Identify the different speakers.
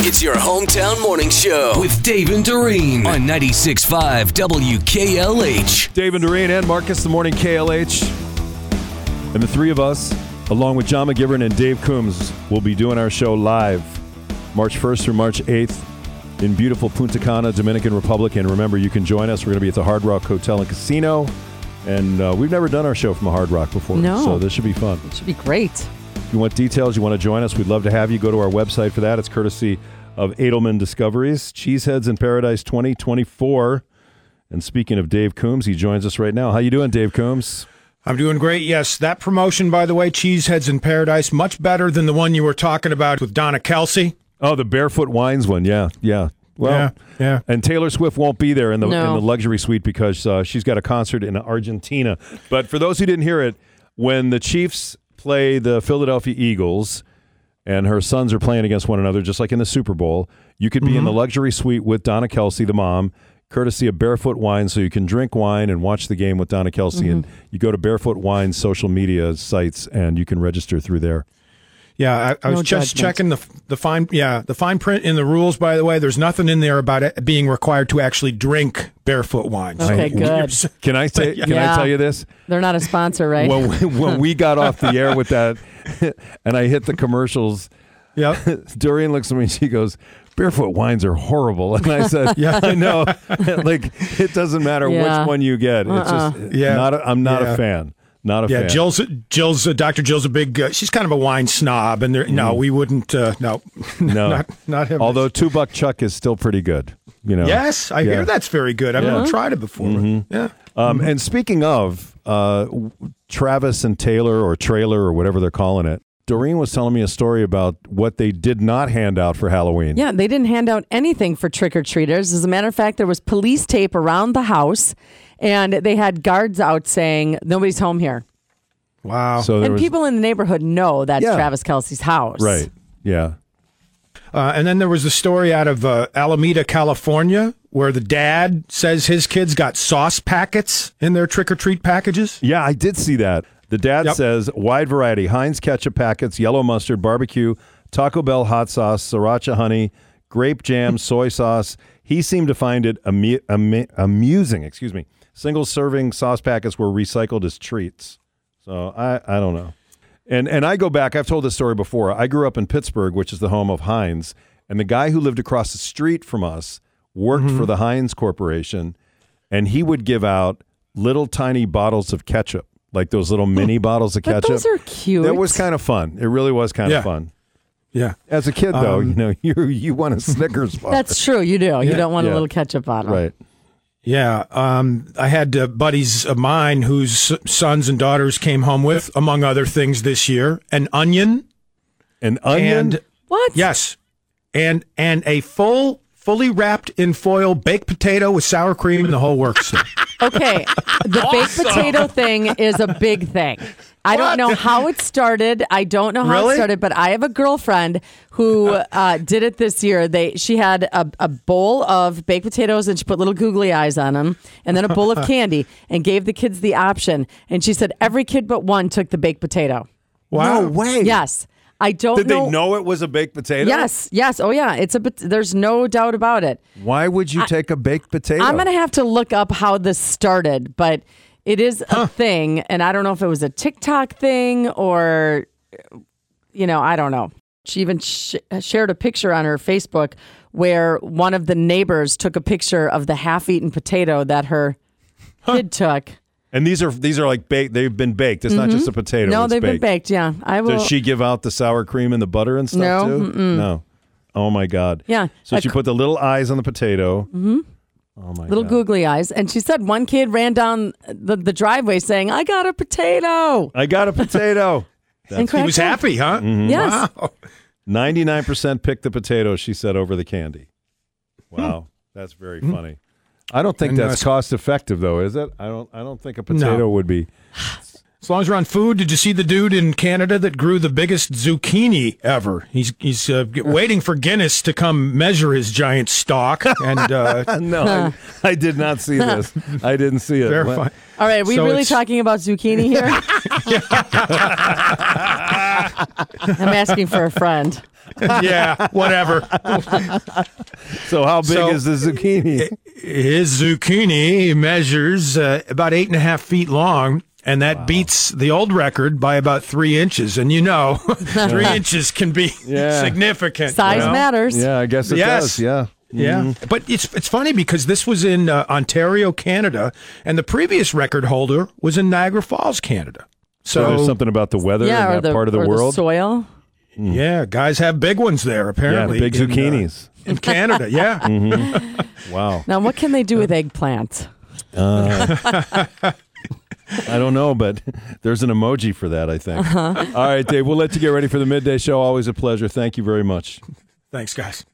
Speaker 1: It's your hometown morning show with Dave and Doreen on 96.5 WKLH.
Speaker 2: Dave and Doreen and Marcus, the morning KLH. And the three of us, along with John McGivern and Dave Coombs, will be doing our show live March 1st through March 8th in beautiful Punta Cana, Dominican Republic. And remember, you can join us. We're going to be at the Hard Rock Hotel and Casino. And uh, we've never done our show from a Hard Rock before.
Speaker 3: No.
Speaker 2: So this should be fun.
Speaker 3: Should be great.
Speaker 2: If you want details, you want to join us, we'd love to have you. Go to our website for that. It's courtesy of Edelman Discoveries, Cheeseheads in Paradise 2024. And speaking of Dave Coombs, he joins us right now. How you doing, Dave Coombs?
Speaker 4: I'm doing great. Yes, that promotion, by the way, Cheeseheads in Paradise, much better than the one you were talking about with Donna Kelsey.
Speaker 2: Oh, the Barefoot Wines one. Yeah, yeah. Well,
Speaker 4: Yeah, yeah.
Speaker 2: And Taylor Swift won't be there in the in
Speaker 3: No.
Speaker 2: the luxury suite because uh, she's got a concert in Argentina. But for those who didn't hear it, when the Chiefs play the Philadelphia Eagles and her sons are playing against one another, just like in the Super Bowl, you could be in the
Speaker 4: Mm-hmm.
Speaker 2: luxury suite with Donna Kelsey, the mom, courtesy of Barefoot Wine, so you can drink wine and watch the game with Donna Kelsey. And
Speaker 3: Mm-hmm.
Speaker 2: you go to Barefoot Wine's social media sites and you can register through there.
Speaker 4: Yeah, I, I was
Speaker 3: No
Speaker 4: just
Speaker 3: judgment.
Speaker 4: checking the the fine yeah the fine print in the rules. By the way, there's nothing in there about it being required to actually drink barefoot wine. So
Speaker 3: Okay, good.
Speaker 2: Can I say? Can I
Speaker 3: Yeah.
Speaker 2: tell you this?
Speaker 3: They're not a sponsor, right?
Speaker 2: when we, when we got off the air with that, and I hit the commercials.
Speaker 4: Yep.
Speaker 2: Dorian looks at me and she goes, "Barefoot wines are horrible," and I said, "Yeah, I know. like it doesn't matter
Speaker 3: Yeah. Uh-uh.
Speaker 2: which one you get. It's just
Speaker 4: Yeah.
Speaker 2: not. A, I'm not a
Speaker 4: Yeah.
Speaker 2: fan. Not a
Speaker 4: Yeah,
Speaker 2: fan.
Speaker 4: Jill's Jill's uh, Dr. Jill's a big. Uh, she's kind of a wine snob, and there, no, we wouldn't. Uh, no,
Speaker 2: Mm. no,
Speaker 4: not not him.
Speaker 2: Although two buck chuck is still pretty good. You know.
Speaker 4: yes, I
Speaker 2: Yeah.
Speaker 4: hear that's very good. I've never tried it before. Yeah,
Speaker 2: Um, And speaking of uh, w- Travis and Taylor or trailer or whatever they're calling it, Doreen was telling me a story about what they did not hand out for Halloween.
Speaker 3: Yeah, they didn't hand out anything for trick or treaters. As a matter of fact, there was police tape around the house, and they had guards out saying nobody's home here.
Speaker 4: wow.
Speaker 2: So there
Speaker 3: and
Speaker 2: was,
Speaker 3: people in the neighborhood know that's
Speaker 2: Yeah.
Speaker 3: Travis Kelsey's house.
Speaker 2: Right. Yeah.
Speaker 4: Uh, and then there was a story out of uh, Alameda, California, where the dad says his kids got sauce packets in their trick or treat packages.
Speaker 2: Yeah, I did see that. The dad
Speaker 4: Yep.
Speaker 2: says wide variety Heinz ketchup packets, yellow mustard, barbecue, Taco Bell hot sauce, sriracha honey, grape jam, soy sauce. He seemed to find it amu- amu- amusing. Excuse me. Single serving sauce packets were recycled as treats. So I, I don't know. And and I go back, I've told this story before. I grew up in Pittsburgh, which is the home of Heinz, and the guy who lived across the street from us worked for the Heinz Corporation, and he would give out little tiny bottles of ketchup, like those little mini bottles of
Speaker 3: But
Speaker 2: ketchup.
Speaker 3: those are cute.
Speaker 2: That was kind of fun. It really was kind
Speaker 4: Yeah.
Speaker 2: of fun.
Speaker 4: Yeah.
Speaker 2: As a kid though, you know, you you want a Snickers bar.
Speaker 3: That's true. You do. You
Speaker 4: Yeah.
Speaker 3: don't want
Speaker 2: Yeah.
Speaker 3: a little ketchup bottle.
Speaker 2: right.
Speaker 4: Yeah. Um, I had uh, buddies of mine whose sons and daughters came home with, among other things this year, an onion
Speaker 2: An onion
Speaker 4: and
Speaker 3: What?
Speaker 4: yes, and and a full fully wrapped in foil baked potato with sour cream and the whole works.
Speaker 3: Okay. The baked potato thing is a big thing. I don't know how it started. I don't know how it
Speaker 4: Really?
Speaker 3: started, but I have a girlfriend who uh, did it this year. They she had a, a bowl of baked potatoes and she put little googly eyes on them, and then a bowl of candy, and gave the kids the option. And she said every kid but one took the baked potato.
Speaker 4: Wow.
Speaker 2: way.
Speaker 3: Yes, I don't.
Speaker 2: Did
Speaker 3: know.
Speaker 2: they know it was a baked potato?
Speaker 3: Yes, yes. Oh yeah, it's a. pot- There's no doubt about it.
Speaker 2: Why would you take a baked potato?
Speaker 3: I'm gonna have to look up how this started, but it is a thing, and I don't know if it was a TikTok thing or, you know, I don't know. She even sh- shared a picture on her Facebook where one of the neighbors took a picture of the half-eaten potato that her kid took.
Speaker 2: And these are these are like baked. They've been baked. It's not just a potato.
Speaker 3: Mm-hmm. No,
Speaker 2: it's
Speaker 3: they've been baked. Yeah, I will.
Speaker 2: Does she give out the sour cream and the butter and stuff
Speaker 3: No,
Speaker 2: too? No. Oh my God.
Speaker 3: Yeah,
Speaker 2: So
Speaker 3: a
Speaker 2: she put the little eyes on the potato. Mm-hmm. Oh my
Speaker 3: Little
Speaker 2: God.
Speaker 3: googly eyes, and she said one kid ran down the, the driveway saying, "I got a potato."
Speaker 2: I got a potato.
Speaker 3: and
Speaker 4: He was
Speaker 3: cracked up.
Speaker 4: happy, huh?
Speaker 2: Mm-hmm.
Speaker 3: Yes.
Speaker 4: Wow.
Speaker 2: Ninety nine percent picked the potato. She said over the candy.
Speaker 3: Hmm.
Speaker 2: Wow, that's very funny. I don't think
Speaker 4: And, uh,
Speaker 2: that's cost effective though, is it? I don't. I don't think a potato would be.
Speaker 4: As long as we're on food, did you see the dude in Canada that grew the biggest zucchini ever? He's he's uh, g- waiting for Guinness to come measure his giant stalk, and uh,
Speaker 2: No, I, I did not see this. I didn't see it.
Speaker 4: verify.
Speaker 3: All right, are we
Speaker 4: So
Speaker 3: really
Speaker 4: it's-
Speaker 3: talking about zucchini here? I'm asking for a friend.
Speaker 4: yeah, whatever.
Speaker 2: So how big
Speaker 4: So-
Speaker 2: is the zucchini?
Speaker 4: His zucchini measures uh, about eight and a half feet long, and that beats the old record by about three inches. And you know, three inches can be
Speaker 2: Yeah.
Speaker 4: significant. you
Speaker 3: Size
Speaker 4: know?
Speaker 3: matters.
Speaker 2: yeah, I guess it
Speaker 4: Yes.
Speaker 2: does. Yeah.
Speaker 4: Yeah,
Speaker 2: Mm-hmm.
Speaker 4: but it's it's funny because this was in uh, Ontario, Canada, and the previous record holder was in Niagara Falls, Canada.
Speaker 2: So
Speaker 4: So
Speaker 2: there's something about the weather
Speaker 3: Yeah,
Speaker 2: in
Speaker 3: or
Speaker 2: that
Speaker 3: the
Speaker 2: part of the
Speaker 3: or
Speaker 2: world.
Speaker 3: soil.
Speaker 4: yeah, guys have big ones there
Speaker 2: yeah,
Speaker 4: apparently.
Speaker 2: big
Speaker 4: in, uh,
Speaker 2: zucchinis. Mm-hmm.
Speaker 4: in Canada. Yeah,
Speaker 2: Wow.
Speaker 3: Now, what can they do with eggplants?
Speaker 2: I don't know, but there's an emoji for that, I
Speaker 3: Uh-huh.
Speaker 2: think. All right, Dave, we'll let you get ready for the midday show. Always a pleasure. Thank you very much.
Speaker 4: thanks, guys.